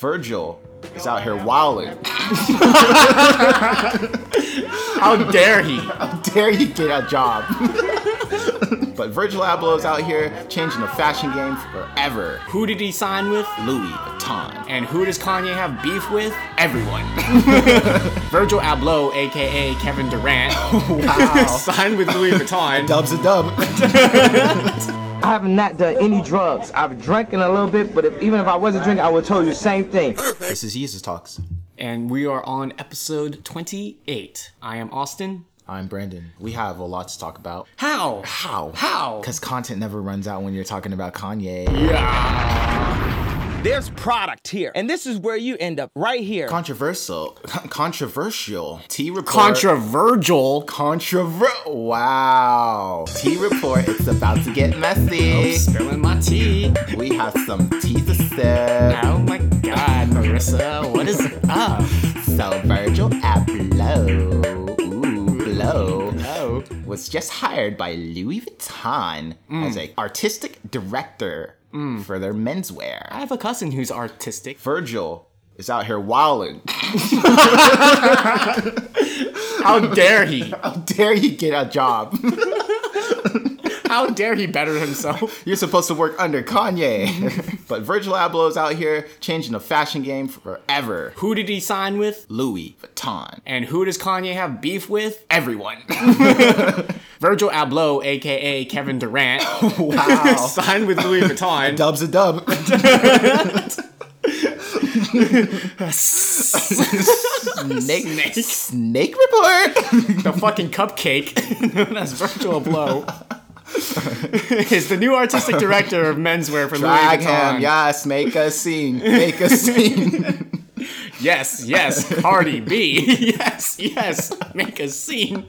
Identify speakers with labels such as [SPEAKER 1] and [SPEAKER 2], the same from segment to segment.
[SPEAKER 1] Virgil is out here wilding.
[SPEAKER 2] How dare he?
[SPEAKER 1] Dare you get a job? but Virgil Abloh's out here changing the fashion game forever.
[SPEAKER 2] Who did he sign with?
[SPEAKER 1] Louis Vuitton.
[SPEAKER 2] And who does Kanye have beef with? Everyone. Virgil Abloh, aka Kevin Durant, signed with Louis Vuitton.
[SPEAKER 1] Dub's a dub.
[SPEAKER 3] I have not done any drugs. I've drank in a little bit, but if, even if I wasn't drinking, I would have told you the same thing.
[SPEAKER 1] this is Jesus Talks.
[SPEAKER 2] and we are on episode 28. I am Austin.
[SPEAKER 1] I'm Brandon. We have a lot to talk about.
[SPEAKER 2] How?
[SPEAKER 1] How?
[SPEAKER 2] How?
[SPEAKER 1] Because content never runs out when you're talking about Kanye.
[SPEAKER 4] There's product here, and this is where you end up right here.
[SPEAKER 1] Controversial. Con- controversial. T report.
[SPEAKER 2] Controversial.
[SPEAKER 1] Controver. Wow. T report. It's about to get messy.
[SPEAKER 2] Spilling my tea.
[SPEAKER 1] We have some tea to sip.
[SPEAKER 2] Oh my god, Marissa, what is up?
[SPEAKER 1] So Virgil Abloh, ooh, blow,
[SPEAKER 2] Oh.
[SPEAKER 1] was just hired by Louis Vuitton as a artistic director for their
[SPEAKER 2] I
[SPEAKER 1] menswear.
[SPEAKER 2] have a cousin who's artistic.
[SPEAKER 1] Virgil is out here wilding.
[SPEAKER 2] How dare he?
[SPEAKER 1] How dare you get a job?
[SPEAKER 2] How dare he better himself?
[SPEAKER 1] You're supposed to work under Kanye. but Virgil Abloh's out here changing the fashion game forever.
[SPEAKER 2] Who did he sign with?
[SPEAKER 1] Louis Vuitton.
[SPEAKER 2] And who does Kanye have beef with? Everyone. Virgil Abloh, aka Kevin Durant,
[SPEAKER 1] Wow.
[SPEAKER 2] signed with Louis Vuitton.
[SPEAKER 1] Dub's a dub. Snake, snake. report.
[SPEAKER 2] the fucking cupcake. No, That's Virgil Abloh. is the new artistic director of menswear for
[SPEAKER 1] Drag
[SPEAKER 2] Louis Vuitton.
[SPEAKER 1] him. Yes, make a scene. Make a scene.
[SPEAKER 2] Yes, yes, Cardi B. yes, yes, make a scene.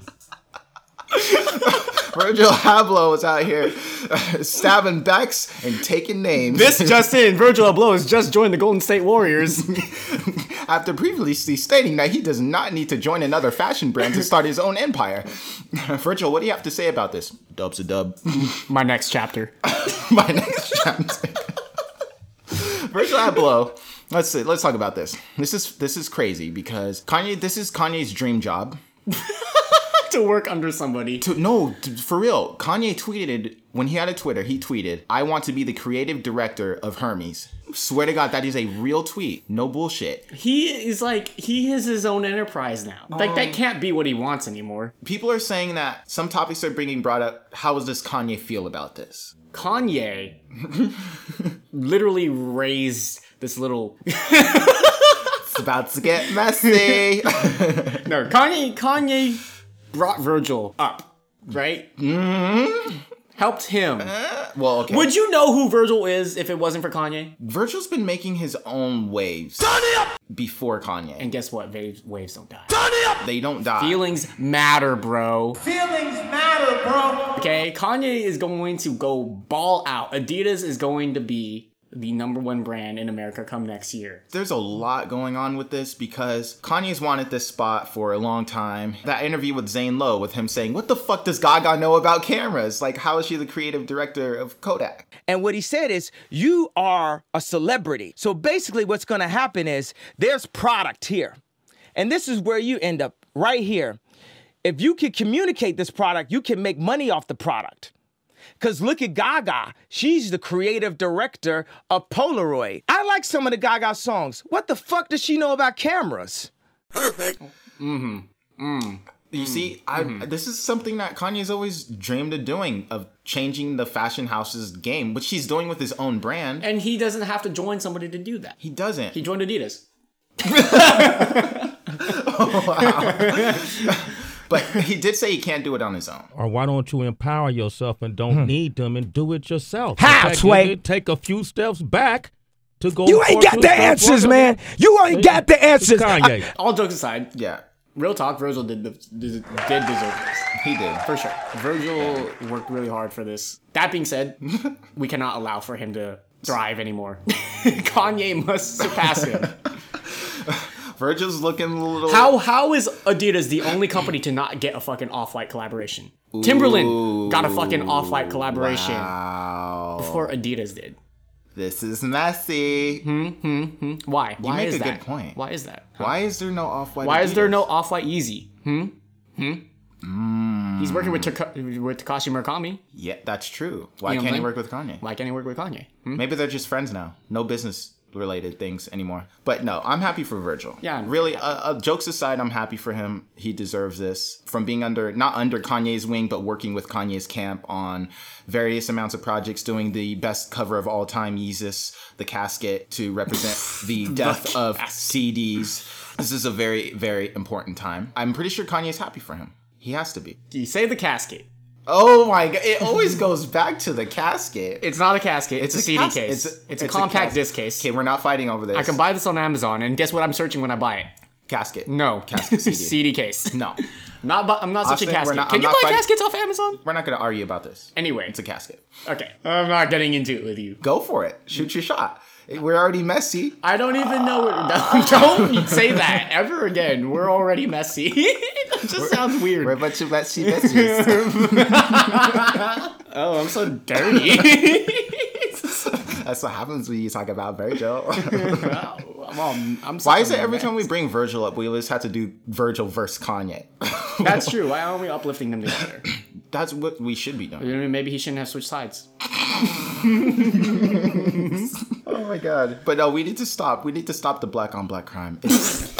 [SPEAKER 1] Virgil Abloh was out here uh, stabbing backs and taking names.
[SPEAKER 2] This just in, Virgil Abloh has just joined the Golden State Warriors.
[SPEAKER 1] after previously stating that he does not need to join another fashion brand to start his own empire. Virgil, what do you have to say about this? Dub's a dub.
[SPEAKER 2] My next chapter.
[SPEAKER 1] My next chapter. Virgil Abloh. Let's see, let's talk about this. This is this is crazy because Kanye. This is Kanye's dream job.
[SPEAKER 2] to work under somebody.
[SPEAKER 1] To, no, t- for real. Kanye tweeted when he had a Twitter. He tweeted, "I want to be the creative director of Hermes." Swear to God, that is a real tweet. No bullshit.
[SPEAKER 2] He is like he is his own enterprise now. Like that can't be what he wants anymore.
[SPEAKER 1] People are saying that some topics are being brought up. How does Kanye feel about this?
[SPEAKER 2] Kanye literally raised this little
[SPEAKER 1] It's about to get messy.
[SPEAKER 2] No, Kanye Kanye brought Virgil up, right? Mm-hmm. Helped him.
[SPEAKER 1] well, okay.
[SPEAKER 2] Would you know who Virgil is if it wasn't for Kanye?
[SPEAKER 1] Virgil's been making his own waves before Kanye.
[SPEAKER 2] And guess what? Waves, waves don't die.
[SPEAKER 1] They don't die.
[SPEAKER 2] Feelings matter, bro. Feelings matter, bro. Okay, Kanye is going to go ball out. Adidas is going to be the number one brand in America come next year.
[SPEAKER 1] There's a lot going on with this because Kanye's wanted this spot for a long time. That interview with Zane Lowe with him saying, What the fuck does Gaga know about cameras? Like, how is she the creative director of Kodak?
[SPEAKER 4] And what he said is, you are a celebrity. So basically, what's gonna happen is there's product here, and this is where you end up right here. If you can communicate this product, you can make money off the product. Cause look at Gaga. She's the creative director of Polaroid. I like some of the Gaga songs. What the fuck does she know about cameras?
[SPEAKER 2] Hmm.
[SPEAKER 1] You see, I, this is something that Kanye's always dreamed of doing, of changing the fashion house's game, which he's doing with his own brand.
[SPEAKER 2] And he doesn't have to join somebody to do that.
[SPEAKER 1] He doesn't.
[SPEAKER 2] He joined Adidas.
[SPEAKER 1] but he did say he can't do it on his own.
[SPEAKER 5] or why don't you empower yourself and
[SPEAKER 4] Hmm.
[SPEAKER 5] don't need them and do it yourself? In
[SPEAKER 4] How,
[SPEAKER 5] fact,
[SPEAKER 4] Sway?
[SPEAKER 5] you need to Take a few steps back to go.
[SPEAKER 4] You ain't
[SPEAKER 5] forward
[SPEAKER 4] got
[SPEAKER 5] to
[SPEAKER 4] the
[SPEAKER 5] step
[SPEAKER 4] answers,
[SPEAKER 5] forward.
[SPEAKER 4] man. You ain't
[SPEAKER 5] It's
[SPEAKER 4] got the answers.
[SPEAKER 5] Kanye.
[SPEAKER 2] All jokes aside,
[SPEAKER 1] Yeah,
[SPEAKER 2] real talk, Virgil did, the, did, did deserve this.
[SPEAKER 1] he did.
[SPEAKER 2] For sure. Virgil worked really hard for this. That being said, we cannot allow for him to thrive anymore. Kanye must surpass him.
[SPEAKER 1] Virgil's looking a little.
[SPEAKER 2] How how is Adidas the only company to not get a fucking off-white collaboration? Timberland got a fucking off-white collaboration
[SPEAKER 1] Wow.
[SPEAKER 2] before Adidas did.
[SPEAKER 1] This is messy.
[SPEAKER 2] Hmm. Why? Why
[SPEAKER 1] make
[SPEAKER 2] is
[SPEAKER 1] a good
[SPEAKER 2] that?
[SPEAKER 1] point.
[SPEAKER 2] Why is that?
[SPEAKER 1] Why is there no off white?
[SPEAKER 2] Why is there no off white Easy? Hmm. Hmm. He's working with Taka- with Takashi Murakami.
[SPEAKER 1] Yeah, that's true. Why
[SPEAKER 2] You know
[SPEAKER 1] can't he work
[SPEAKER 2] what I'm
[SPEAKER 1] with Kanye?
[SPEAKER 2] Why can't he work with Kanye? Hmm?
[SPEAKER 1] Maybe they're just friends now. No business related things anymore. But no, I'm happy for Virgil.
[SPEAKER 2] Yeah, I'm-
[SPEAKER 1] Really, uh, uh, jokes aside, I'm happy for him. He deserves this. From being under, not under Kanye's wing, but working with Kanye's camp on various amounts of projects, doing the best cover of all time, Yeezus, the casket, to represent the death of CDs. This is a very, very important time. I'm pretty sure Kanye's happy for him. He has to be.
[SPEAKER 2] You say the casket.
[SPEAKER 1] Oh my god! It always goes back to the casket.
[SPEAKER 2] It's not a casket. It's, a, CD
[SPEAKER 1] cas-
[SPEAKER 2] case. It's a,
[SPEAKER 1] it's
[SPEAKER 2] compact
[SPEAKER 1] cas-
[SPEAKER 2] disc case.
[SPEAKER 1] Okay, we're not fighting over this.
[SPEAKER 2] I can buy this on Amazon, and guess what? I'm searching when I buy it.
[SPEAKER 1] casket.
[SPEAKER 2] No
[SPEAKER 1] casket CD.
[SPEAKER 2] CD case.
[SPEAKER 1] No,
[SPEAKER 2] Not. Bu- I'm not such a
[SPEAKER 1] Austin, we're
[SPEAKER 2] casket.
[SPEAKER 1] not-
[SPEAKER 2] Can
[SPEAKER 1] I'm
[SPEAKER 2] you
[SPEAKER 1] not
[SPEAKER 2] buy
[SPEAKER 1] fighting-
[SPEAKER 2] caskets off Amazon?
[SPEAKER 1] we're not going to argue about this.
[SPEAKER 2] Anyway,
[SPEAKER 1] It's a casket.
[SPEAKER 2] okay. I'm not getting into it with you.
[SPEAKER 1] Go for it. Shoot your shot. We're already messy.
[SPEAKER 2] I don't even know. What, no, don't say that ever again. We're already messy. that just sounds weird.
[SPEAKER 1] We're a bunch of messy messies.
[SPEAKER 2] oh, I'm so dirty.
[SPEAKER 1] That's what happens when you talk about Virgil.
[SPEAKER 2] wow, Oh, I'm, all- I'm
[SPEAKER 1] Why
[SPEAKER 2] such
[SPEAKER 1] is
[SPEAKER 2] a
[SPEAKER 1] it every
[SPEAKER 2] mess.
[SPEAKER 1] time we bring Virgil up, we always have to do Virgil versus Kanye?
[SPEAKER 2] That's true. Why aren't we uplifting them together?
[SPEAKER 1] That's what we should be doing.
[SPEAKER 2] You know what I mean? Maybe he shouldn't have switched sides.
[SPEAKER 1] Oh my god. But no, we need to stop. We need to stop the black on black crime. It's,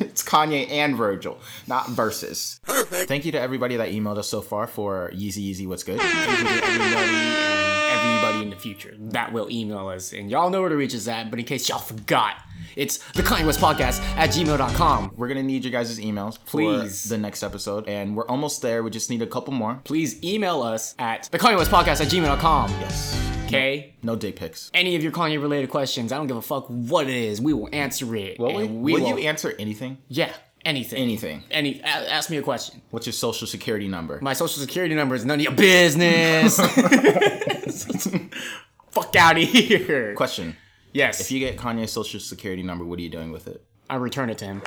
[SPEAKER 1] it's Kanye and Virgil, not versus. Thank you to everybody that emailed us so far for Yeezy Yeezy What's Good.
[SPEAKER 2] Everybody, and everybody in the future that will email us, and y'all know where to reach us at. But in case y'all forgot, it's the Kanye West Podcast at gmail.com.
[SPEAKER 1] We're gonna need your guys' emails for
[SPEAKER 2] Please.
[SPEAKER 1] the next episode. And we're almost there. We just need a couple more.
[SPEAKER 2] Please email us at the Kanye West Podcast at gmail.com.
[SPEAKER 1] Yes.
[SPEAKER 2] Okay.
[SPEAKER 1] No dick pics.
[SPEAKER 2] any of your Kanye related questions. I don't give a fuck what it is. We will answer it.
[SPEAKER 1] Will, we,
[SPEAKER 2] and we
[SPEAKER 1] will
[SPEAKER 2] will,
[SPEAKER 1] you answer anything?
[SPEAKER 2] Yeah, anything.
[SPEAKER 1] Anything.
[SPEAKER 2] Any. a- ask me a question.
[SPEAKER 1] What's your social security number?
[SPEAKER 2] My social security number is none of your business. fuck out of here.
[SPEAKER 1] Question.
[SPEAKER 2] Yes.
[SPEAKER 1] If you get Kanye's social security number, what are you doing with it?
[SPEAKER 2] I return it to him.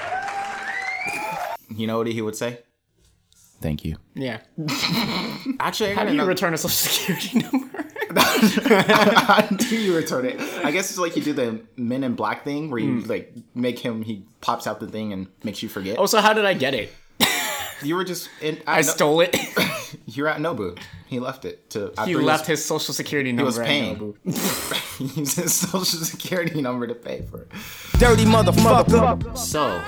[SPEAKER 1] You know what he would say? Thank you.
[SPEAKER 2] Yeah.
[SPEAKER 1] Actually, I
[SPEAKER 2] How
[SPEAKER 1] got
[SPEAKER 2] do you
[SPEAKER 1] another-
[SPEAKER 2] return a social security number?
[SPEAKER 1] How do you return it? I guess it's like you do the Men in Black thing where you like make him he pops out the thing and makes you forget.
[SPEAKER 2] also, how did I get it?
[SPEAKER 1] you were just in,
[SPEAKER 2] I stole it.
[SPEAKER 1] You're at Nobu. He left it to. after
[SPEAKER 2] he left his social security number.
[SPEAKER 1] was
[SPEAKER 2] at
[SPEAKER 1] paying.
[SPEAKER 2] Nobu.
[SPEAKER 1] He used his social security number to pay for it.
[SPEAKER 4] Dirty motherfucker.
[SPEAKER 1] So,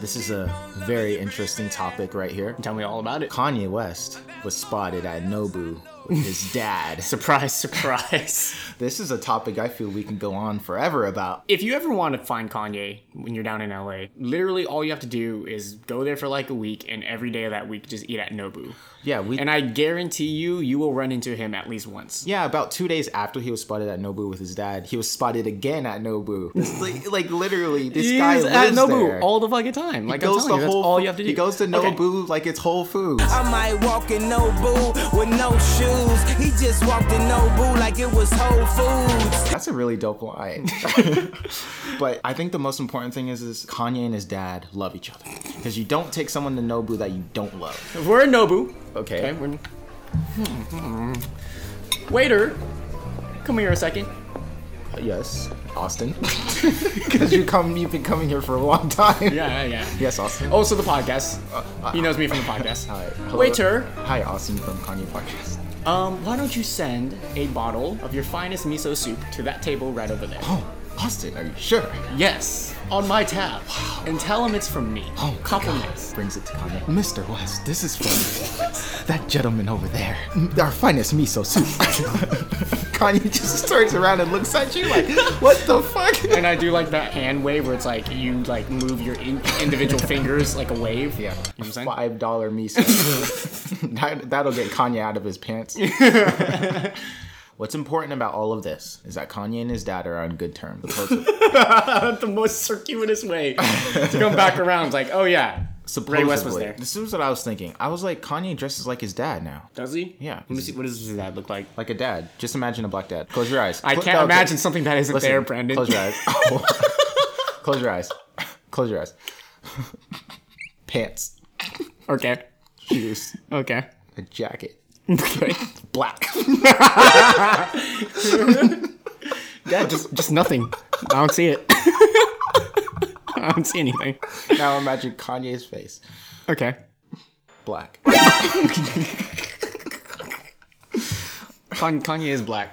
[SPEAKER 1] this is a very interesting topic right here.
[SPEAKER 2] Tell me all about it.
[SPEAKER 1] Kanye West was spotted at Nobu with his dad.
[SPEAKER 2] Surprise, surprise.
[SPEAKER 1] This is a topic I feel we can go on forever about.
[SPEAKER 2] if you ever want to find Kanye when you're down in LA, literally all you have to do is go there for like a week, and every day of that week, just eat at Nobu.
[SPEAKER 1] Yeah, we
[SPEAKER 2] And I guarantee you, you will run into him at least once.
[SPEAKER 1] Yeah, about two days after he was spotted at Nobu with his dad, he was spotted again at Nobu. It's like, like literally, this
[SPEAKER 2] He's
[SPEAKER 1] guy lives
[SPEAKER 2] at Nobu
[SPEAKER 1] there.
[SPEAKER 2] all the fucking time. Like I'm telling you, that's
[SPEAKER 1] Whole-
[SPEAKER 2] all you have to do.
[SPEAKER 1] He goes to
[SPEAKER 2] Okay.
[SPEAKER 1] Nobu like it's Whole Foods.
[SPEAKER 6] I might walk in Nobu with no shoes. He just walked in Nobu like it was Whole Foods.
[SPEAKER 1] That's a really dope line. but I think the most important thing is, is Kanye and his dad love each other because you don't take someone to Nobu that you don't love.
[SPEAKER 2] If We're in Nobu.
[SPEAKER 1] Okay.
[SPEAKER 2] Okay. We're... Hmm. Waiter, come here a second.
[SPEAKER 1] Yes, Austin. Because you come, you've been coming here for a long time.
[SPEAKER 2] Yeah, yeah, yeah.
[SPEAKER 1] Yes, Uh, Austin.
[SPEAKER 2] Also the podcast. He knows me from the podcast.
[SPEAKER 1] Hi. Hello.
[SPEAKER 2] Waiter.
[SPEAKER 1] Hi, Austin from Kanye Podcast.
[SPEAKER 2] Um, why don't you send a bottle of your finest miso soup to that table right over there?
[SPEAKER 1] Oh, Austin, are you sure?
[SPEAKER 2] Yes, on my tab. And tell him it's from me.
[SPEAKER 1] Oh, my
[SPEAKER 2] compliments.
[SPEAKER 1] God. Brings it to Kanye. Mr. West, this is from that gentleman over there. mm, Our finest miso soup. Kanye just turns around and looks at you like, what the fuck?
[SPEAKER 2] And I do like that hand wave where it's like you like move your in- individual fingers like a wave.
[SPEAKER 1] Yeah.
[SPEAKER 2] You know what I'm saying?
[SPEAKER 1] Five dollar miso. that, that'll get Kanye out of his pants. What's important about all of this is that Kanye and his dad are on good terms.
[SPEAKER 2] the most circuitous way to come back around. It's like, oh yeah,
[SPEAKER 1] Supposedly.
[SPEAKER 2] Ray West was there.
[SPEAKER 1] This is what I was thinking. I was like, Kanye dresses like his dad now.
[SPEAKER 2] Does he?
[SPEAKER 1] Yeah.
[SPEAKER 2] Let me see. What does his dad look like?
[SPEAKER 1] Like a dad. Just imagine a black dad. Close your eyes.
[SPEAKER 2] I
[SPEAKER 1] Cl-
[SPEAKER 2] can't
[SPEAKER 1] okay.
[SPEAKER 2] imagine something that isn't
[SPEAKER 1] Listen,
[SPEAKER 2] there, Brandon.
[SPEAKER 1] Close your eyes. Oh. close your eyes. Close your eyes. Pants,
[SPEAKER 2] okay.
[SPEAKER 1] shoes,
[SPEAKER 2] Okay.
[SPEAKER 1] a jacket,
[SPEAKER 2] Okay.
[SPEAKER 1] black.
[SPEAKER 2] Yeah, just just nothing. I don't see it. I don't see anything.
[SPEAKER 1] Now imagine Kanye's face.
[SPEAKER 2] Okay.
[SPEAKER 1] Black.
[SPEAKER 2] Kan- Kanye is black.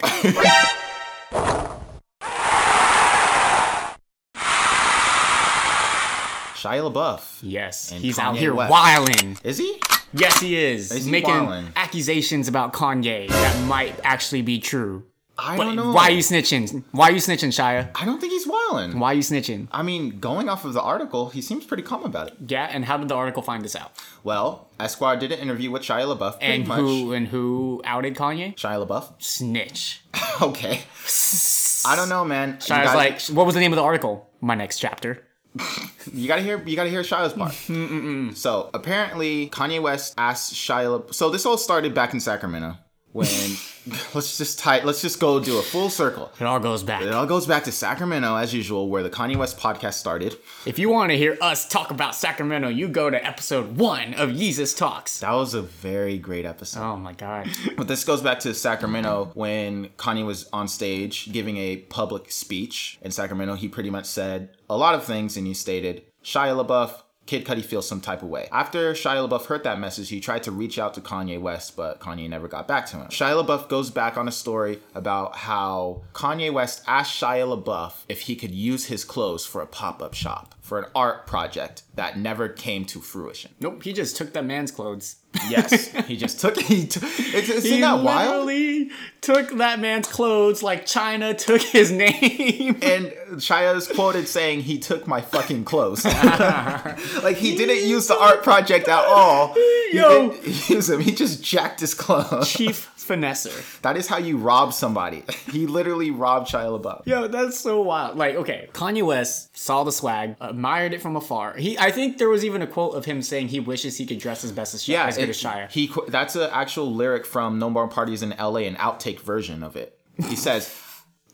[SPEAKER 1] Shia LaBeouf.
[SPEAKER 2] Yes,
[SPEAKER 1] And
[SPEAKER 2] he's
[SPEAKER 1] Kanye
[SPEAKER 2] out here
[SPEAKER 1] West.
[SPEAKER 2] wilding.
[SPEAKER 1] Is he?
[SPEAKER 2] Yes, he is.
[SPEAKER 1] Is he
[SPEAKER 2] making
[SPEAKER 1] wildin'?
[SPEAKER 2] accusations about Kanye that might actually be true.
[SPEAKER 1] I
[SPEAKER 2] But
[SPEAKER 1] don't know.
[SPEAKER 2] why are you snitching? Why are you snitching, Shia?
[SPEAKER 1] I don't think he's wilding.
[SPEAKER 2] Why are you snitching?
[SPEAKER 1] I mean, going off of the article, he seems pretty calm about it.
[SPEAKER 2] Yeah, and how did the article find this out?
[SPEAKER 1] Well, Esquire did an interview with Shia LaBeouf. Pretty
[SPEAKER 2] and
[SPEAKER 1] much.
[SPEAKER 2] who and who outed Kanye?
[SPEAKER 1] Shia LaBeouf.
[SPEAKER 2] Snitch.
[SPEAKER 1] Okay. I don't know, man. You
[SPEAKER 2] Shia's
[SPEAKER 1] gotta-
[SPEAKER 2] like, what was the name of the article? My next chapter.
[SPEAKER 1] you gotta hear, you gotta hear Shia's part. so apparently, Kanye West asked Shia. La- so this all started back in Sacramento when let's just tie, let's just go do a full circle.
[SPEAKER 2] It all goes back.
[SPEAKER 1] It all goes back to Sacramento as usual, where the Kanye West podcast started.
[SPEAKER 2] If you want to hear us talk about Sacramento, you go to episode one of Yeezus Talks.
[SPEAKER 1] That was a very great episode.
[SPEAKER 2] Oh my god.
[SPEAKER 1] But this goes back to Sacramento when Kanye was on stage giving a public speech in Sacramento. He pretty much said a lot of things, and he stated, Shia LaBeouf, Kid Cudi feels some type of way. After Shia LaBeouf heard that message, he tried to reach out to Kanye West, but Kanye never got back to him. Shia LaBeouf goes back on a story about how Kanye West asked Shia LaBeouf if he could use his clothes for a pop up shop, for an art project that never came to fruition.
[SPEAKER 2] Nope, he just took that man's clothes.
[SPEAKER 1] Yes, he just took. He t- it's, it's
[SPEAKER 2] He
[SPEAKER 1] not wild.
[SPEAKER 2] literally took that man's clothes like China took his name.
[SPEAKER 1] And Shia is quoted saying, "He took my fucking clothes." like he didn't use the art project at all. He
[SPEAKER 2] Yo.
[SPEAKER 1] didn't use him. He just jacked his clothes.
[SPEAKER 2] Chief Finesser.
[SPEAKER 1] That is how you rob somebody. He literally robbed Shia LaBeouf.
[SPEAKER 2] Yo, that's so wild. Like, okay, Kanye West saw the swag, admired it from afar. He, I think there was even a quote of him saying he wishes he could dress as best as Shia, as good
[SPEAKER 1] it-
[SPEAKER 2] as Shia.
[SPEAKER 1] He qu- that's an actual lyric from No More Parties in L.A. an outtake version of it. He says,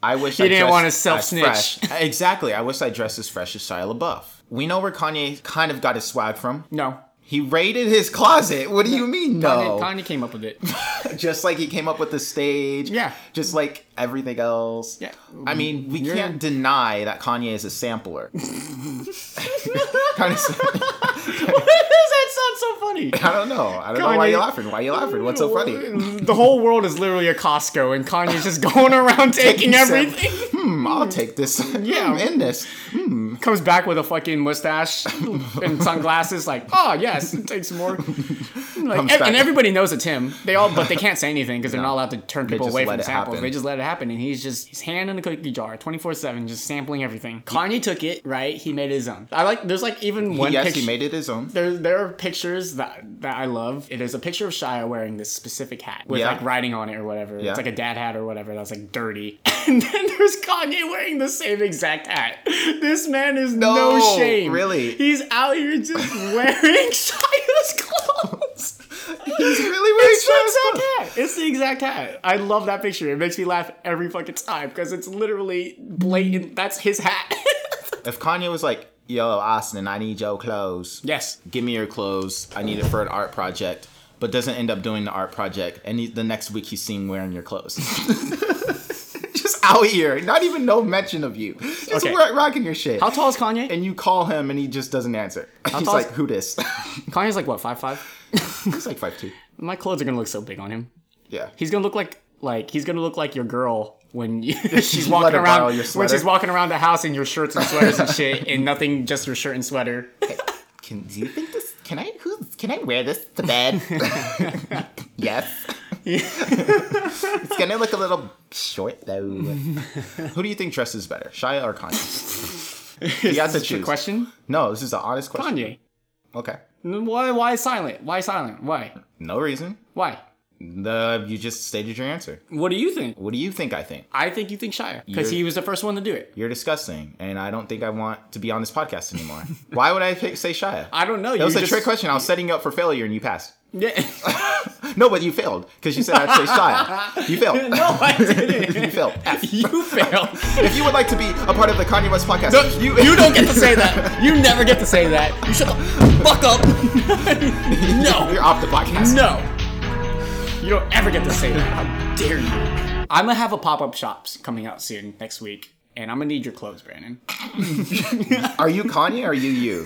[SPEAKER 1] "I wish I
[SPEAKER 2] didn't
[SPEAKER 1] dressed
[SPEAKER 2] wanna
[SPEAKER 1] as
[SPEAKER 2] self-snitch.
[SPEAKER 1] fresh." Exactly. I wish I dressed as fresh as Shia LaBeouf. We know where Kanye kind of got his swag from.
[SPEAKER 2] no.
[SPEAKER 1] He raided his closet. What do you mean? No,
[SPEAKER 2] Kanye, Kanye came up with it.
[SPEAKER 1] just like he came up with the stage.
[SPEAKER 2] Yeah.
[SPEAKER 1] Just like everything else.
[SPEAKER 2] Yeah.
[SPEAKER 1] I mean, we can't deny that Kanye is a sampler. Kind of-
[SPEAKER 2] Does that sound so funny?
[SPEAKER 1] I don't know. I don't know why
[SPEAKER 2] Kanye-
[SPEAKER 1] you're laughing. Why are you laughing? What's so funny?
[SPEAKER 2] The whole world is literally a Costco, and Kanye's just going around taking
[SPEAKER 1] Sam-
[SPEAKER 2] everything.
[SPEAKER 1] Hmm, I'll take this. Yeah, I'm in this.
[SPEAKER 2] Comes back with a fucking mustache and sunglasses, like, oh yes, take some more. Like,
[SPEAKER 1] Comes
[SPEAKER 2] ev-
[SPEAKER 1] back.
[SPEAKER 2] and everybody knows it's him. They all, but they can't say anything because they're not allowed to turn people
[SPEAKER 1] just
[SPEAKER 2] away
[SPEAKER 1] let
[SPEAKER 2] from
[SPEAKER 1] it
[SPEAKER 2] samples.
[SPEAKER 1] happen.
[SPEAKER 2] They just let it happen, and he's just his hand in the cookie jar, twenty four seven, just sampling everything. Kanye took it right. He made his own. I like. There's like even one.
[SPEAKER 1] yes,
[SPEAKER 2] picture-
[SPEAKER 1] he made it his own.
[SPEAKER 2] there there are pictures that that I love. It is a picture of Shia wearing this specific hat with
[SPEAKER 1] Yeah.
[SPEAKER 2] like writing on it or whatever.
[SPEAKER 1] Yeah.
[SPEAKER 2] It's like a dad hat or whatever that's like dirty. And then there's Kanye wearing the same exact hat. This man is no,
[SPEAKER 1] No,
[SPEAKER 2] shame.
[SPEAKER 1] really.
[SPEAKER 2] He's out here just wearing Shia's clothes.
[SPEAKER 1] He's really wearing Shia's clothes.
[SPEAKER 2] It's the exact hat. It's the exact hat. I love that picture. It makes me laugh every fucking time because it's literally blatant. That's his hat.
[SPEAKER 1] If Kanye was like, "Yo, Austin, I need your clothes.
[SPEAKER 2] yes.
[SPEAKER 1] Give me your clothes. I need it for an art project." But doesn't end up doing the art project, and he, the next week he's seen wearing your clothes. Just out here, not even no mention of you. Just
[SPEAKER 2] Okay.
[SPEAKER 1] ro- rocking your shit.
[SPEAKER 2] How tall is Kanye?
[SPEAKER 1] and you call him, and he just doesn't answer. he's
[SPEAKER 2] tall is-
[SPEAKER 1] like, "Who this?"
[SPEAKER 2] Kanye's like what, five five?
[SPEAKER 1] he's like five two.
[SPEAKER 2] My clothes are gonna look so big on him.
[SPEAKER 1] Yeah.
[SPEAKER 2] He's gonna look like like he's gonna look like your girl when you, she's
[SPEAKER 1] You let
[SPEAKER 2] walking
[SPEAKER 1] her borrow
[SPEAKER 2] around
[SPEAKER 1] your
[SPEAKER 2] when she's
[SPEAKER 1] sweater.
[SPEAKER 2] walking around the house in your shirts and sweaters and shit and nothing just your shirt and sweater.
[SPEAKER 1] Can do you think this? Can I? Who? Can I wear this to bed? yes. it's gonna look a little short though. Who do you think dresses better, Shia or Kanye? you have to choose.
[SPEAKER 2] Question?
[SPEAKER 1] No, this is an honest question.
[SPEAKER 2] Kanye.
[SPEAKER 1] Okay.
[SPEAKER 2] Why why silent? Why silent? Why?
[SPEAKER 1] No reason.
[SPEAKER 2] Why?
[SPEAKER 1] The you just stated your answer.
[SPEAKER 2] What do you think?
[SPEAKER 1] What do you think? I think
[SPEAKER 2] I think you think Shire. Because he was the first one to do it.
[SPEAKER 1] you're disgusting, and I don't think I want to be on this podcast anymore. Why would I pick, say Shia?
[SPEAKER 2] I don't know.
[SPEAKER 1] That was a trick question. I was setting you up for failure, and you passed.
[SPEAKER 2] Yeah.
[SPEAKER 1] No, but you failed because you said I'd say Shia. You failed.
[SPEAKER 2] no, I
[SPEAKER 1] you
[SPEAKER 2] didn't.
[SPEAKER 1] failed. F.
[SPEAKER 2] you failed.
[SPEAKER 1] If you would like to be a part of the Kanye West podcast,
[SPEAKER 2] No, you, you don't get to say that. You never get to say that. You shut the fuck up. no.
[SPEAKER 1] You're off the podcast.
[SPEAKER 2] No. You don't ever get to say that. How dare you? I'm gonna have a pop up shops coming out soon next week, and I'm gonna need your clothes, Brandon.
[SPEAKER 1] Are you Kanye or are you you?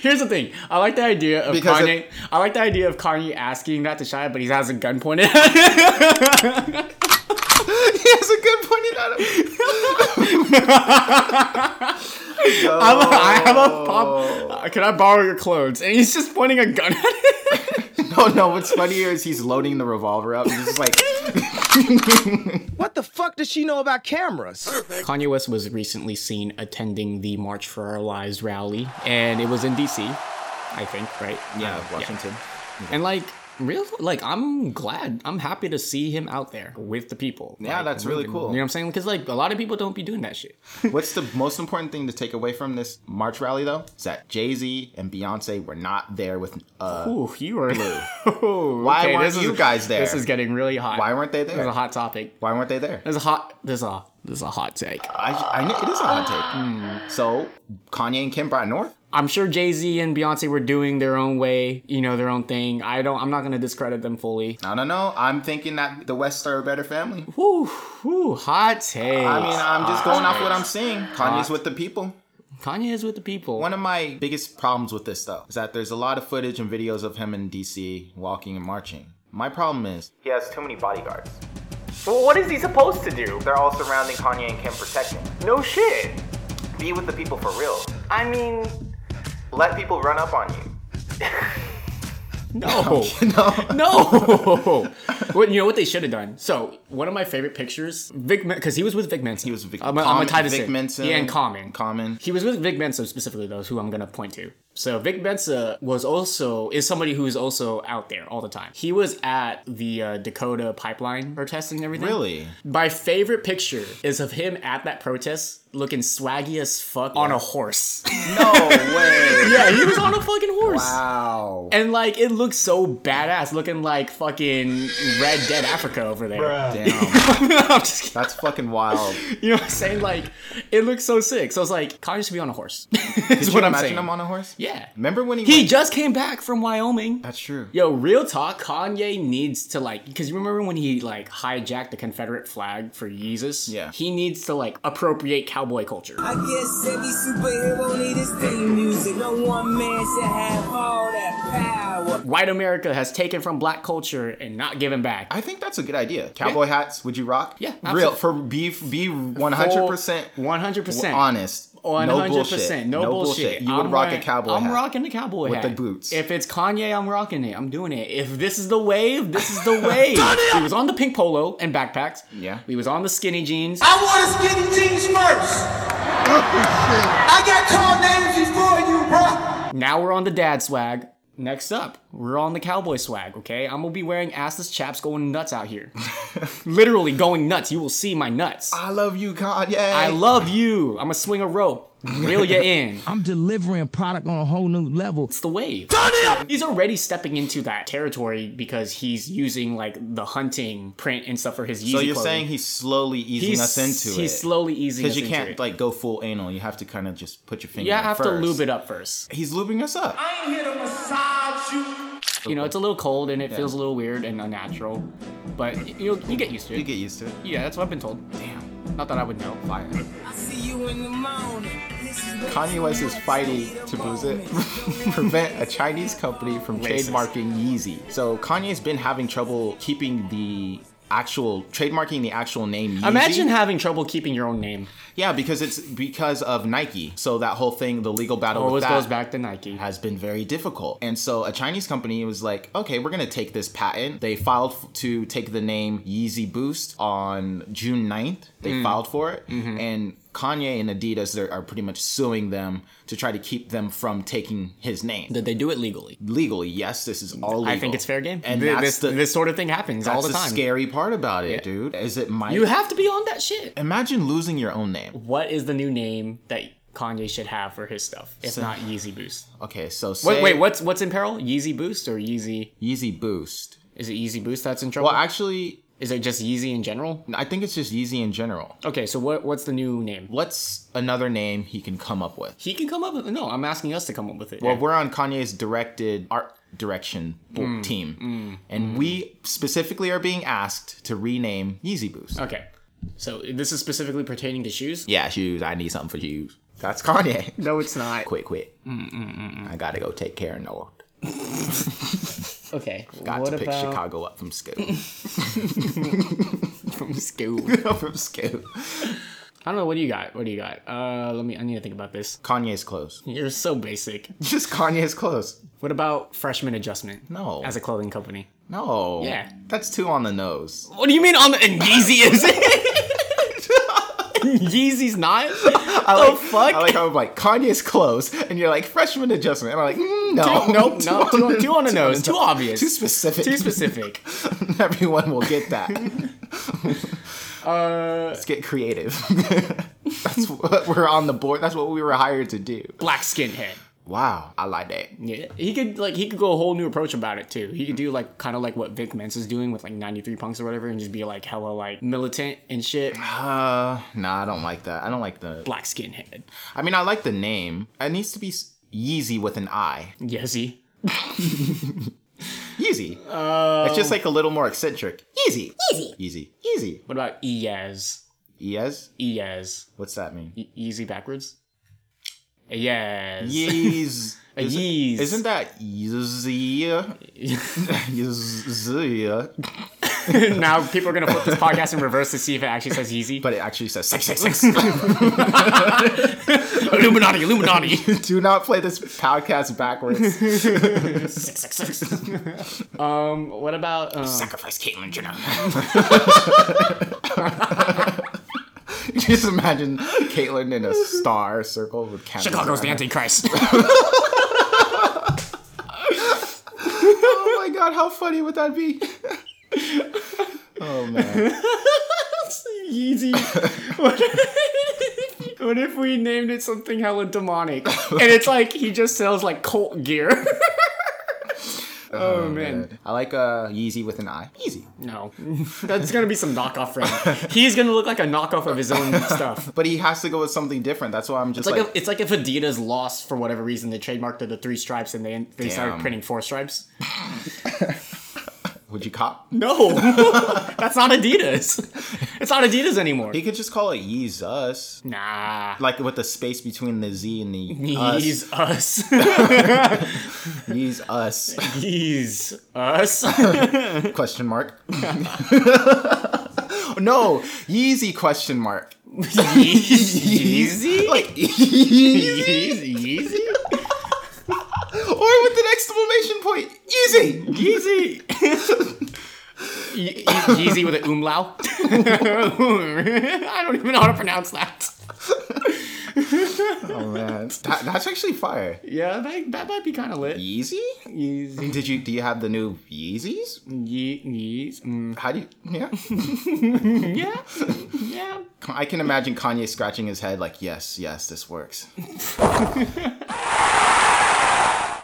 [SPEAKER 2] Here's the thing. I like the idea of
[SPEAKER 1] Because
[SPEAKER 2] Kanye. I like the idea of Kanye asking that to Shia, but he has a gun pointed at him.
[SPEAKER 1] he has a good pointed at him.
[SPEAKER 2] I'm a- I have a pop. uh, Can I borrow your clothes? And he's just pointing a gun at him.
[SPEAKER 1] No, no, what's funnier is he's loading the revolver up. He's just like,
[SPEAKER 4] What the fuck does she know about cameras?
[SPEAKER 2] Kanye West was recently seen attending the March for Our Lives rally, and it was in D.C. I think, right?
[SPEAKER 1] yeah, Washington.
[SPEAKER 2] And like, real, like, I'm glad, I'm happy to see him out there with the people.
[SPEAKER 1] Yeah,
[SPEAKER 2] Like,
[SPEAKER 1] that's really
[SPEAKER 2] moving.
[SPEAKER 1] cool.
[SPEAKER 2] You know what I'm saying? Because like, a lot of people don't be doing that shit.
[SPEAKER 1] What's the most important thing to take away from this March rally, though? Is that Jay Z and Beyonce were not there with. Uh,
[SPEAKER 2] Ooh, you are.
[SPEAKER 1] Why
[SPEAKER 2] okay,
[SPEAKER 1] weren't
[SPEAKER 2] this is-
[SPEAKER 1] you guys there?
[SPEAKER 2] This is getting really hot.
[SPEAKER 1] why weren't they
[SPEAKER 2] This is a
[SPEAKER 1] there?
[SPEAKER 2] hot topic.
[SPEAKER 1] Why weren't they there?
[SPEAKER 2] This is a hot. This is a. This is a hot take.
[SPEAKER 1] I, I kn- it is a hot take. So Kanye and Kim brought north.
[SPEAKER 2] I'm sure Jay Z and Beyonce were doing their own way, you know, their own thing. I don't. I'm not gonna discredit them fully.
[SPEAKER 1] I don't know. I'm thinking that the West are a better family.
[SPEAKER 2] Whew, whew, hot take.
[SPEAKER 1] I mean, I'm just going off what I'm seeing. Kanye's with the people.
[SPEAKER 2] Kanye is with the people.
[SPEAKER 1] One of my biggest problems with this, though, is that there's a lot of footage and videos of him in DC walking and marching. My problem is he has too many bodyguards.
[SPEAKER 7] Well, what is he supposed to do?
[SPEAKER 1] They're all surrounding Kanye and Kim, protecting him.
[SPEAKER 7] No shit.
[SPEAKER 1] Be with the people for real.
[SPEAKER 7] I mean,
[SPEAKER 1] Let people run up on you.
[SPEAKER 2] no, Oh. no. what you know what they should have done? So one of my favorite pictures, Vic, because he was with Vic Mensa.
[SPEAKER 1] He was Vic,
[SPEAKER 2] I'm gonna- I'm gonna
[SPEAKER 1] Common-
[SPEAKER 2] tie this
[SPEAKER 1] Vic
[SPEAKER 2] in.
[SPEAKER 1] Mensa.
[SPEAKER 2] Yeah, and Common.
[SPEAKER 1] Common.
[SPEAKER 2] He was with Vic Mensa specifically, though, is who I'm gonna point to. So Vic Mensa was also is somebody who is also out there all the time. He was at the uh, Dakota pipeline protesting and everything.
[SPEAKER 1] Really?
[SPEAKER 2] My favorite picture is of him at that protest, looking swaggy as fuck on a horse.
[SPEAKER 1] No way.
[SPEAKER 2] yeah, he was on a fucking horse.
[SPEAKER 1] Wow.
[SPEAKER 2] And like it looks so badass, looking like fucking Red Dead Africa over there.
[SPEAKER 1] Damn.
[SPEAKER 2] I'm just kidding.
[SPEAKER 1] That's fucking wild.
[SPEAKER 2] You know what I'm saying? Like it looks so sick. So it's like Kanye should be on a horse. That's
[SPEAKER 1] Did
[SPEAKER 2] what
[SPEAKER 1] you
[SPEAKER 2] I'm
[SPEAKER 1] imagine
[SPEAKER 2] saying.
[SPEAKER 1] him on a horse?
[SPEAKER 2] yeah.
[SPEAKER 1] Remember when he?
[SPEAKER 2] He
[SPEAKER 1] went-
[SPEAKER 2] just came back from Wyoming.
[SPEAKER 1] That's true.
[SPEAKER 2] Yo, real talk, Kanye needs to like because you remember when he like hijacked the Confederate flag for Yeezus?
[SPEAKER 1] Yeah.
[SPEAKER 2] He needs to like appropriate cowboy culture.
[SPEAKER 6] I guess every superhero need his theme music. No one man should have all that power.
[SPEAKER 2] White America has taken from black culture and not given back.
[SPEAKER 1] I think that's a good idea. Cowboy hats, would you rock?
[SPEAKER 2] Yeah,
[SPEAKER 1] real
[SPEAKER 2] absolutely.
[SPEAKER 1] for be be one hundred percent
[SPEAKER 2] One hundred percent.
[SPEAKER 1] honest.
[SPEAKER 2] Oh, One
[SPEAKER 1] no
[SPEAKER 2] hundred
[SPEAKER 1] bullshit.
[SPEAKER 2] percent. No, bullshit.
[SPEAKER 1] You would
[SPEAKER 2] I'm
[SPEAKER 1] rock
[SPEAKER 2] wearing-
[SPEAKER 1] a cowboy
[SPEAKER 2] I'm
[SPEAKER 1] hat.
[SPEAKER 2] rocking the cowboy
[SPEAKER 1] With
[SPEAKER 2] hat
[SPEAKER 1] the boots.
[SPEAKER 2] If it's Kanye, I'm rocking it. I'm doing it. If this is the wave, this is the wave. he was on the pink polo and backpacks.
[SPEAKER 1] Yeah.
[SPEAKER 2] He was on the skinny jeans.
[SPEAKER 8] I want to skinny jeans first. I got called names before you, bruh.
[SPEAKER 2] Now we're on the dad swag. Next up, we're on the cowboy swag, okay? I'm gonna be wearing assless chaps going nuts out here. Literally going nuts. You will see my nuts.
[SPEAKER 1] I love you, Kanye.
[SPEAKER 2] I love you. I'm gonna swing a rope, reel you in.
[SPEAKER 5] I'm delivering product on a whole new level.
[SPEAKER 2] It's the wave. He's already stepping into that territory because he's using like the hunting print and stuff for his Yeezy
[SPEAKER 1] so you're
[SPEAKER 2] clothing.
[SPEAKER 1] saying he's slowly easing
[SPEAKER 2] he's
[SPEAKER 1] us into it.
[SPEAKER 2] he's slowly easing us
[SPEAKER 1] because you
[SPEAKER 2] into
[SPEAKER 1] can't
[SPEAKER 2] it.
[SPEAKER 1] like go full anal. You have to kind of just put your finger.
[SPEAKER 2] you
[SPEAKER 1] in
[SPEAKER 2] have to
[SPEAKER 1] first.
[SPEAKER 2] lube it up first.
[SPEAKER 1] He's lubing us up.
[SPEAKER 8] I ain't here to massage you.
[SPEAKER 2] You know, it's a little cold and it feels a little weird and unnatural, but you you get used to it.
[SPEAKER 1] You get used to it.
[SPEAKER 2] yeah, that's what I've been told. Damn, not that I would know.
[SPEAKER 1] Fire.
[SPEAKER 6] I see you in the morning. This is what
[SPEAKER 1] Kanye West is
[SPEAKER 6] you
[SPEAKER 1] fighting
[SPEAKER 6] need
[SPEAKER 1] to
[SPEAKER 6] a
[SPEAKER 1] present,
[SPEAKER 6] moment.
[SPEAKER 1] prevent a Chinese company from
[SPEAKER 2] Racist.
[SPEAKER 1] trademarking Yeezy. So Kanye's been having trouble keeping the actual trademarking the actual name. Yeezy.
[SPEAKER 2] Imagine having trouble keeping your own name.
[SPEAKER 1] yeah, because it's because of Nike. So that whole thing, the legal battle with
[SPEAKER 2] Always
[SPEAKER 1] that
[SPEAKER 2] Oh, goes back to Nike.
[SPEAKER 1] has been very difficult. And so a Chinese company was like, okay, we're gonna take this patent. They filed f- to take the name Yeezy Boost on June 9th. They
[SPEAKER 2] Hmm.
[SPEAKER 1] filed for it,
[SPEAKER 2] Mm-hmm.
[SPEAKER 1] and Kanye and Adidas they're- are pretty much suing them to try to keep them from taking his name
[SPEAKER 2] Did they do it legally?
[SPEAKER 1] legally. Yes, this is all legal.
[SPEAKER 2] I think it's fair game.
[SPEAKER 1] and
[SPEAKER 2] Th-
[SPEAKER 1] that's
[SPEAKER 2] this,
[SPEAKER 1] the
[SPEAKER 2] this sort of thing happens
[SPEAKER 1] that's
[SPEAKER 2] all the
[SPEAKER 1] the
[SPEAKER 2] time.
[SPEAKER 1] scary part about it, dude. Is it might
[SPEAKER 2] You have to be on that shit.
[SPEAKER 1] imagine losing your own name.
[SPEAKER 2] what is the new name that Kanye should have for his stuff, if
[SPEAKER 1] So- Oh,
[SPEAKER 2] not Yeezy Boost?
[SPEAKER 1] Okay, so say
[SPEAKER 2] Wait, wait, what's what's in peril? Yeezy Boost or Yeezy?
[SPEAKER 1] Yeezy Boost.
[SPEAKER 2] Is it Yeezy Boost that's in trouble?
[SPEAKER 1] Well, actually,
[SPEAKER 2] is it just Yeezy in general?
[SPEAKER 1] I think it's just Yeezy in general.
[SPEAKER 2] Okay, so what what's the new name?
[SPEAKER 1] What's another name he can come up with?
[SPEAKER 2] He can come up with. No, I'm asking us to come up with it.
[SPEAKER 1] Well, we're on Kanye's directed art direction bo-
[SPEAKER 2] Mm,
[SPEAKER 1] team. and we specifically are being asked to rename Yeezy Boost.
[SPEAKER 2] Okay. So this is specifically pertaining to shoes?
[SPEAKER 1] Yeah, shoes. I need something for shoes. That's Kanye.
[SPEAKER 2] No, Mm, it's not.
[SPEAKER 1] quit, quit. I gotta go take care of Noah.
[SPEAKER 2] Okay.
[SPEAKER 1] Got
[SPEAKER 2] what
[SPEAKER 1] to pick
[SPEAKER 2] about
[SPEAKER 1] Chicago up from school.
[SPEAKER 2] from school?
[SPEAKER 1] from school.
[SPEAKER 2] I don't know. What do you got? What do you got? Uh, let me. I need to think about this.
[SPEAKER 1] Kanye's clothes.
[SPEAKER 2] You're so basic.
[SPEAKER 1] Just Kanye's clothes.
[SPEAKER 2] What about freshman adjustment?
[SPEAKER 1] No.
[SPEAKER 2] As a clothing company.
[SPEAKER 1] No.
[SPEAKER 2] Yeah.
[SPEAKER 1] That's too on the nose.
[SPEAKER 2] What do you mean on the and Yeezy is it? Yeezy's not.
[SPEAKER 1] I
[SPEAKER 2] the
[SPEAKER 1] like,
[SPEAKER 2] fuck?
[SPEAKER 1] I like how I'm like, Kanye's clothes. And you're like, freshman adjustment. And I'm like, mm, no.
[SPEAKER 2] Too- nope, no, too on- too on the nose, too obvious.
[SPEAKER 1] Too specific.
[SPEAKER 2] Too specific.
[SPEAKER 1] Everyone will get that. Let's get creative. That's what we're on the board. That's what we were hired to do.
[SPEAKER 2] Black skinhead.
[SPEAKER 1] Wow. I like that.
[SPEAKER 2] Yeah, he could like he could go a whole new approach about it too. He could do like kind of like what Vic Mensa's doing with like 93 punks or whatever, and just be like hella like militant and shit.
[SPEAKER 1] Uh, nah, I don't like that. I don't like the.
[SPEAKER 2] Black skinhead.
[SPEAKER 1] I mean, I like the name. It needs to be s- Yeezy with an I.
[SPEAKER 2] Yeezy.
[SPEAKER 1] Yeezy. it's just like a little more eccentric. Yeezy. Yeezy. Yeezy. Yeezy.
[SPEAKER 2] What about Eaz?
[SPEAKER 1] Yes.
[SPEAKER 2] Eaz.
[SPEAKER 1] What's that mean?
[SPEAKER 2] E- easy backwards. Yes.
[SPEAKER 1] Yeez.
[SPEAKER 2] A
[SPEAKER 1] Is it-
[SPEAKER 2] yeez.
[SPEAKER 1] Isn't that Yeezy? Yeezy.
[SPEAKER 2] now people are gonna flip this podcast in reverse to see if it actually says Yeezy.
[SPEAKER 1] But it actually says six six six.
[SPEAKER 2] Illuminati, Illuminati.
[SPEAKER 1] Do not play this podcast backwards.
[SPEAKER 2] six six six. um, what about um,
[SPEAKER 1] Sacrifice Caitlyn Jenner. Just imagine Caitlyn in a star circle with cameras
[SPEAKER 2] Chicago's
[SPEAKER 1] around
[SPEAKER 2] the
[SPEAKER 1] her.
[SPEAKER 2] Antichrist?
[SPEAKER 1] Oh my god, how funny would that be? oh man.
[SPEAKER 2] Yeezy. What if, what if we named it something hella demonic? And it's like he just sells like cult gear. oh, man.
[SPEAKER 1] I like uh Yeezy with an I. Yeezy.
[SPEAKER 2] No. That's gonna be some knockoff for him. He's gonna look like a knockoff of his own stuff.
[SPEAKER 1] But he has to go with something different. That's why I'm just
[SPEAKER 2] It's like,
[SPEAKER 1] like,
[SPEAKER 2] if- it's like if Adidas lost for whatever reason they trademarked the three stripes and they they started
[SPEAKER 1] Damn.
[SPEAKER 2] printing four stripes.
[SPEAKER 1] would you cop?
[SPEAKER 2] No, that's not Adidas. It's not Adidas anymore.
[SPEAKER 1] He could just call it Yeezus.
[SPEAKER 2] Nah,
[SPEAKER 1] Like with the space between the Z and the us.
[SPEAKER 2] he's us.
[SPEAKER 1] Yeez us.
[SPEAKER 2] He's us.
[SPEAKER 1] question mark. no, Yeezy question mark.
[SPEAKER 2] Yeezy?
[SPEAKER 1] Like Yeezy
[SPEAKER 2] Yeezy? Yeezy?
[SPEAKER 1] or with an exclamation point. Yeezy.
[SPEAKER 2] Yeezy? Ye- Yeezy with an umlau? I don't even know how to pronounce that.
[SPEAKER 1] Oh man. That, that's actually fire.
[SPEAKER 2] Yeah, that, that might be kind of lit.
[SPEAKER 1] Yeezy?
[SPEAKER 2] Yeezy.
[SPEAKER 1] Did you do you have the new Yeezys?
[SPEAKER 2] Ye- Yeez. Mm,
[SPEAKER 1] How do you? Yeah,
[SPEAKER 2] yeah. Yeah.
[SPEAKER 1] I can imagine Kanye scratching his head like, yes, yes, this works.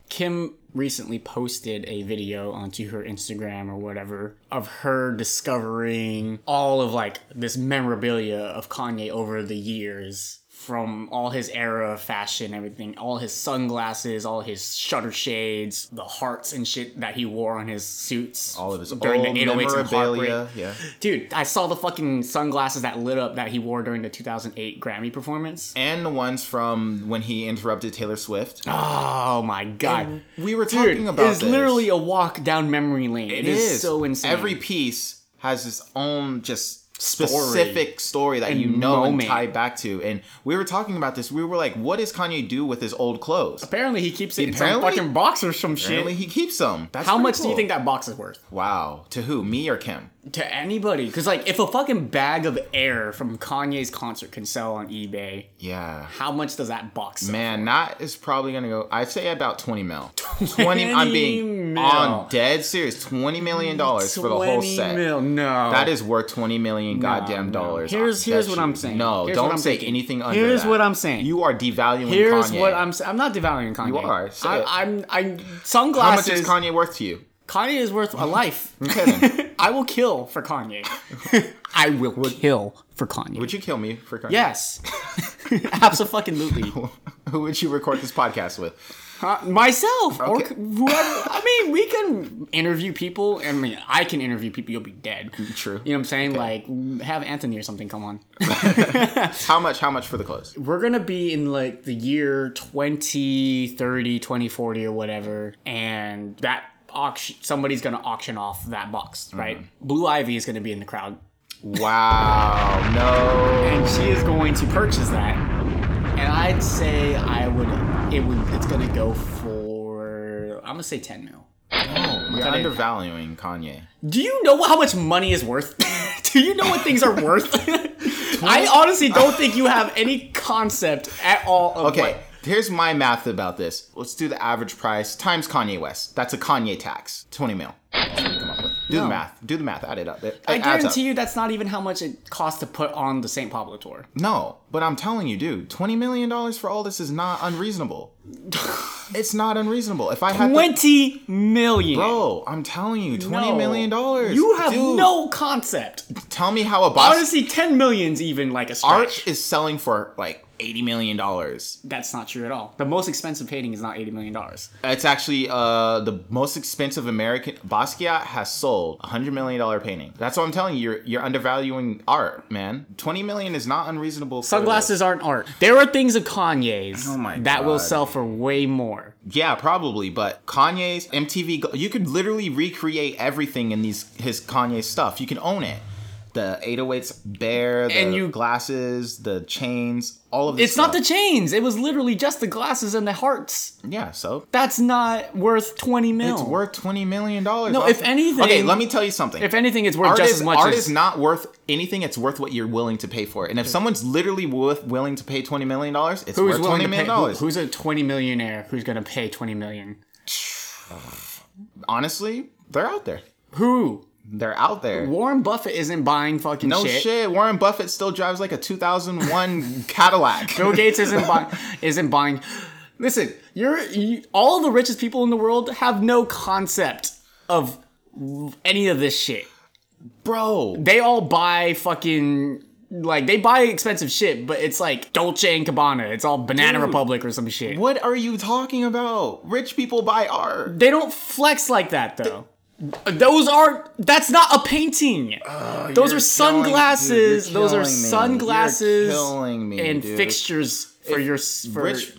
[SPEAKER 2] Kim recently posted a video onto her Instagram or whatever of her discovering all of like this memorabilia of Kanye over the years from all his era of fashion, everything, all his sunglasses, all his shutter shades, the hearts and shit that he wore on his suits.
[SPEAKER 1] All of his
[SPEAKER 2] during
[SPEAKER 1] old
[SPEAKER 2] the 808s and
[SPEAKER 1] memorabilia,
[SPEAKER 2] Heartbreak.
[SPEAKER 1] yeah.
[SPEAKER 2] Dude, I saw the fucking sunglasses that lit up that he wore during the 2008 Grammy performance.
[SPEAKER 1] And the ones from when he interrupted Taylor Swift.
[SPEAKER 2] Oh my god.
[SPEAKER 1] we were
[SPEAKER 2] Dude,
[SPEAKER 1] talking about
[SPEAKER 2] it's
[SPEAKER 1] this.
[SPEAKER 2] literally a walk down memory lane.
[SPEAKER 1] It
[SPEAKER 2] is, so insane.
[SPEAKER 1] Every piece has its own just
[SPEAKER 2] Story.
[SPEAKER 1] specific story that
[SPEAKER 2] And
[SPEAKER 1] you know
[SPEAKER 2] moment.
[SPEAKER 1] and tie back to. And we were talking about this. We were like, what does Kanye do with his old clothes?
[SPEAKER 2] apparently he keeps it in some
[SPEAKER 1] Apparently-
[SPEAKER 2] fucking box or some shit.
[SPEAKER 1] Apparently, he keeps them. That's
[SPEAKER 2] How
[SPEAKER 1] pretty
[SPEAKER 2] much do you
[SPEAKER 1] cool.
[SPEAKER 2] think that box is worth
[SPEAKER 1] Wow. To who? Me or Kim?
[SPEAKER 2] to anybody? Because like, if a fucking bag of air from Kanye's concert can sell on eBay,
[SPEAKER 1] Yeah.
[SPEAKER 2] how much does that box? Sell?
[SPEAKER 1] Man, that is probably gonna go. I'd say about twenty mil. Twenty. I'm being
[SPEAKER 2] mil.
[SPEAKER 1] on dead serious. Twenty million dollars for the whole
[SPEAKER 2] 20
[SPEAKER 1] set.
[SPEAKER 2] mil, No,
[SPEAKER 1] That is worth twenty million goddamn
[SPEAKER 2] Oh. no.
[SPEAKER 1] dollars.
[SPEAKER 2] Here's-
[SPEAKER 1] off that
[SPEAKER 2] here's what
[SPEAKER 1] shoe.
[SPEAKER 2] I'm saying.
[SPEAKER 1] No,
[SPEAKER 2] Here's what
[SPEAKER 1] don't
[SPEAKER 2] I'm
[SPEAKER 1] say
[SPEAKER 2] thinking.
[SPEAKER 1] anything under
[SPEAKER 2] Here's
[SPEAKER 1] that.
[SPEAKER 2] what I'm saying.
[SPEAKER 1] You are devaluing.
[SPEAKER 2] Here's
[SPEAKER 1] Kanye.
[SPEAKER 2] what I'm. s- I'm not devaluing Kanye.
[SPEAKER 1] You are, say it.
[SPEAKER 2] I, I'm. I'm.
[SPEAKER 1] How much is
[SPEAKER 2] Sunglasses.
[SPEAKER 1] Kanye worth to you?
[SPEAKER 2] Kanye is worth a life.
[SPEAKER 1] Okay, then.
[SPEAKER 2] I will kill for Kanye. I will kill for Kanye.
[SPEAKER 1] would you kill me for Kanye?
[SPEAKER 2] Yes. Absolutely.
[SPEAKER 1] Who would you record this podcast with?
[SPEAKER 2] Uh, myself or
[SPEAKER 1] Okay.
[SPEAKER 2] c- whoever. I mean, we can interview people. I mean, I can interview people. You'll be dead.
[SPEAKER 1] True.
[SPEAKER 2] You know what I'm saying? Like, have Anthony or something come on.
[SPEAKER 1] How much? How much for the clothes?
[SPEAKER 2] We're gonna be in like the year 2030, 2040 or whatever, and that auction. Somebody's gonna auction off that box, right?
[SPEAKER 1] Mm-hmm.
[SPEAKER 2] Blue Ivy is gonna be in the crowd,
[SPEAKER 1] Wow. No.
[SPEAKER 2] and she is going to purchase that. And I'd say I would. It would. It's gonna go for. I'm gonna say 10 mil.
[SPEAKER 1] You're
[SPEAKER 2] God.
[SPEAKER 1] undervaluing Kanye.
[SPEAKER 2] Do you know what, how much money is worth? Do you know what things are worth? I honestly don't think you have any concept at all of
[SPEAKER 1] Okay.
[SPEAKER 2] what-
[SPEAKER 1] Here's my math about this. Let's do the average price times Kanye West. That's a Kanye tax. 20 mil. That's what we come up with. Do the math. Do the math. Add it up. It, it
[SPEAKER 2] I
[SPEAKER 1] adds up.
[SPEAKER 2] guarantee you that's not even how much it costs to put on the St. Pablo tour.
[SPEAKER 1] No, but I'm telling you, dude, $20 million for all this is not unreasonable. it's not unreasonable. If I had the-
[SPEAKER 2] Twenty million.
[SPEAKER 1] Bro, I'm telling you, twenty
[SPEAKER 2] No.
[SPEAKER 1] million dollars.
[SPEAKER 2] You have
[SPEAKER 1] Dude,
[SPEAKER 2] no concept.
[SPEAKER 1] Tell me how a box
[SPEAKER 2] Honestly, ten million's even like a stretch.
[SPEAKER 1] art is selling for like eighty million dollars.
[SPEAKER 2] That's not true at all. The most expensive painting is not eighty million dollars.
[SPEAKER 1] It's actually uh the most expensive American Basquiat has sold a hundred million dollar painting. That's what I'm telling you. You're you're undervaluing art, man. Twenty million is not unreasonable. for-
[SPEAKER 2] Sunglasses aren't art. There are things of Kanye's
[SPEAKER 1] Oh my
[SPEAKER 2] that will
[SPEAKER 1] God.
[SPEAKER 2] sell for way more.
[SPEAKER 1] Yeah, probably, but Kanye's MTV, Go- you could literally recreate everything in these his Kanye stuff. You can own it. The 808s bare, the
[SPEAKER 2] And you-
[SPEAKER 1] glasses, the chains, all of this.
[SPEAKER 2] It's not the chains. It was literally just the glasses and the hearts.
[SPEAKER 1] the Yeah, so
[SPEAKER 2] That's not worth twenty mil.
[SPEAKER 1] it's worth 20 million dollars.
[SPEAKER 2] No, if anything-
[SPEAKER 1] Okay, let me tell you something.
[SPEAKER 2] If anything, it's worth
[SPEAKER 1] art
[SPEAKER 2] just
[SPEAKER 1] is,
[SPEAKER 2] as much
[SPEAKER 1] art
[SPEAKER 2] as
[SPEAKER 1] is not worth anything. It's worth what you're willing to pay for it. And if someone's literally worth, willing to pay 20 million dollars, it's
[SPEAKER 2] Who's
[SPEAKER 1] worth
[SPEAKER 2] willing
[SPEAKER 1] 20
[SPEAKER 2] to pay?
[SPEAKER 1] million dollars.
[SPEAKER 2] who- who's a twenty millionaire who's going to pay twenty million?
[SPEAKER 1] Honestly, they're out there.
[SPEAKER 2] Who?
[SPEAKER 1] They're out there.
[SPEAKER 2] Warren Buffett isn't buying fucking
[SPEAKER 1] No
[SPEAKER 2] shit.
[SPEAKER 1] Oh, shit. Warren Buffett still drives like a 2001 Cadillac.
[SPEAKER 2] Bill Gates isn't buying. Isn't buying. Listen, you're you, all the richest people in the world have no concept of any of this shit.
[SPEAKER 1] Bro,
[SPEAKER 2] They all buy fucking like they buy expensive shit, but it's like Dolce and Cabana. It's all Banana
[SPEAKER 1] Dude,
[SPEAKER 2] Republic or some shit.
[SPEAKER 1] what are you talking about? Rich people buy art.
[SPEAKER 2] They don't flex like that though. Those are that's not a painting. Those are sunglasses. Those are sunglasses
[SPEAKER 1] killing me,
[SPEAKER 2] and
[SPEAKER 1] dude.
[SPEAKER 2] fixtures for your s- for
[SPEAKER 1] Rich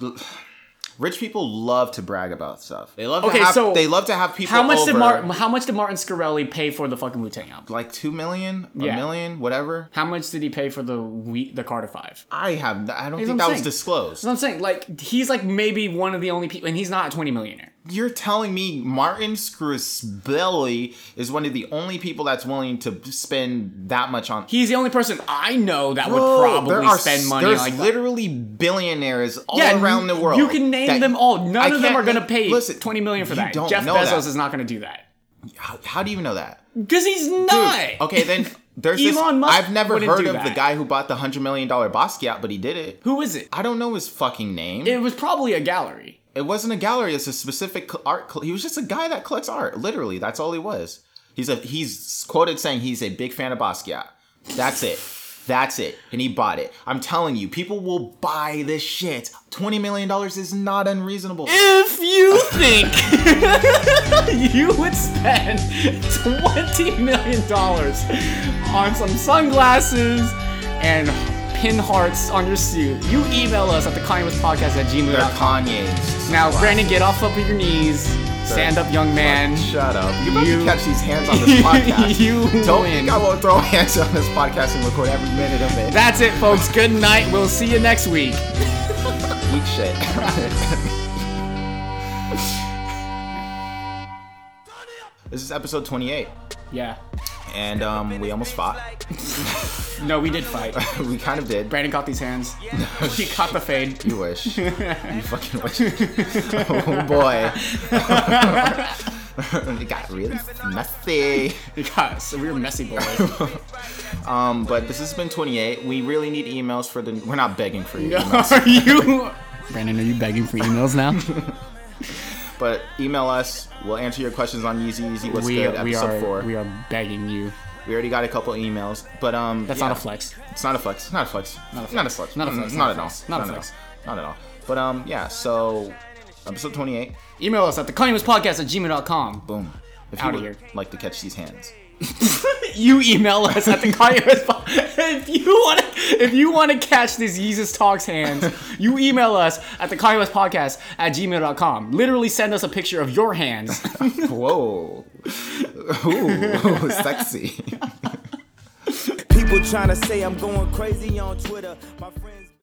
[SPEAKER 1] Rich people love to brag about stuff. They love
[SPEAKER 2] Okay,
[SPEAKER 1] to have,
[SPEAKER 2] so
[SPEAKER 1] they love to have people
[SPEAKER 2] How much
[SPEAKER 1] over,
[SPEAKER 2] did Martin? How much did Martin Scorsese pay for the fucking Wu Tang album?
[SPEAKER 1] like 2 million,
[SPEAKER 2] Yeah.
[SPEAKER 1] a million, whatever.
[SPEAKER 2] How much did he pay for the we, the Carter Five?
[SPEAKER 1] I have I don't
[SPEAKER 2] Here's
[SPEAKER 1] think that
[SPEAKER 2] what I'm
[SPEAKER 1] was
[SPEAKER 2] saying.
[SPEAKER 1] disclosed.
[SPEAKER 2] So I'm saying like he's like maybe one of the only people, and he's not a twenty millionaire.
[SPEAKER 1] You're telling me Martin Scorsese is one of the only people that's willing to spend that much on
[SPEAKER 2] He's the only person I know that
[SPEAKER 1] Bro,
[SPEAKER 2] would probably
[SPEAKER 1] Oh, there are-
[SPEAKER 2] spend money
[SPEAKER 1] There's
[SPEAKER 2] like that.
[SPEAKER 1] literally billionaires all
[SPEAKER 2] Yeah,
[SPEAKER 1] around the
[SPEAKER 2] you-
[SPEAKER 1] world.
[SPEAKER 2] You can name
[SPEAKER 1] that-
[SPEAKER 2] them all. None
[SPEAKER 1] I
[SPEAKER 2] of them
[SPEAKER 1] can't
[SPEAKER 2] are going to
[SPEAKER 1] name-
[SPEAKER 2] pay
[SPEAKER 1] listen,
[SPEAKER 2] twenty million for
[SPEAKER 1] you
[SPEAKER 2] that.
[SPEAKER 1] don't
[SPEAKER 2] Jeff
[SPEAKER 1] know
[SPEAKER 2] Bezos
[SPEAKER 1] that.
[SPEAKER 2] is not going to do that
[SPEAKER 1] How, how do you know that?
[SPEAKER 2] because he's not.
[SPEAKER 1] Okay, then there's
[SPEAKER 2] Elon
[SPEAKER 1] this.
[SPEAKER 2] Musk
[SPEAKER 1] I've never
[SPEAKER 2] wouldn't
[SPEAKER 1] heard
[SPEAKER 2] do
[SPEAKER 1] of the
[SPEAKER 2] that.
[SPEAKER 1] guy who bought the hundred million dollar Basquiat, but he did it.
[SPEAKER 2] Who is it?
[SPEAKER 1] I don't know his fucking name.
[SPEAKER 2] It
[SPEAKER 1] It,
[SPEAKER 2] was probably a gallery.
[SPEAKER 1] wasn't a gallery. It's a specific cl- art. cl- he was just a guy that collects art. Literally, that's all he was. He's a. He's quoted saying he's a big fan of Basquiat. That's it. That's it. And he bought it. I'm telling you, people will buy this shit. Twenty million dollars is not unreasonable.
[SPEAKER 2] If you think you would spend twenty million dollars on some sunglasses and pin hearts on your suit, you email us at the Podcast at
[SPEAKER 1] They're
[SPEAKER 2] gmail.com.
[SPEAKER 1] Kanye's.
[SPEAKER 2] Now, Brandon, get off up of your knees, stand up, young man.
[SPEAKER 1] Shut up. You better
[SPEAKER 2] You-
[SPEAKER 1] catch these hands on this podcast.
[SPEAKER 2] You
[SPEAKER 1] Don't
[SPEAKER 2] win.
[SPEAKER 1] think I won't throw hands on this podcast and record every minute of it.
[SPEAKER 2] That's it, folks. Good night. We'll see you next week.
[SPEAKER 1] Eat shit. this is episode 28,
[SPEAKER 2] Yeah.
[SPEAKER 1] and um, we almost fought.
[SPEAKER 2] No, we did fight.
[SPEAKER 1] we kind of did.
[SPEAKER 2] Brandon caught these hands. He caught the fade.
[SPEAKER 1] You wish. you fucking wish. oh boy. it got really messy.
[SPEAKER 2] He got so we were messy boys.
[SPEAKER 1] Um, but this has been 28. We really need emails for the. We're not begging for you.
[SPEAKER 2] Are you Brandon, are you begging for emails now?
[SPEAKER 1] But email us. We'll answer your questions on Yeezy Easy What's
[SPEAKER 2] we,
[SPEAKER 1] Good
[SPEAKER 2] we
[SPEAKER 1] episode
[SPEAKER 2] are
[SPEAKER 1] four.
[SPEAKER 2] we are begging you.
[SPEAKER 1] We already got a couple emails, but um,
[SPEAKER 2] That's
[SPEAKER 1] yeah,
[SPEAKER 2] not a flex.
[SPEAKER 1] It's not a flex. Not a flex. Not a flex. Not a flex.
[SPEAKER 2] Not a flex.
[SPEAKER 1] Not
[SPEAKER 2] Not a
[SPEAKER 1] at all.
[SPEAKER 2] flex. Not
[SPEAKER 1] Not
[SPEAKER 2] a
[SPEAKER 1] at all.
[SPEAKER 2] flex.
[SPEAKER 1] Not at all. But um, yeah. So Episode 28.
[SPEAKER 2] Email us at theconymuspodcast at gmail.com.
[SPEAKER 1] Boom. If
[SPEAKER 2] Outta
[SPEAKER 1] you would
[SPEAKER 2] here.
[SPEAKER 1] like to catch these hands.
[SPEAKER 2] You email us at theconymuspodcast. if you want to if you want to catch this Yeezus Talks hands, you email us at theconymuspodcast at gmail.com. Literally send us a picture of your hands.
[SPEAKER 1] Whoa. Ooh, sexy.
[SPEAKER 6] People tryna say I'm going crazy on Twitter. My friend-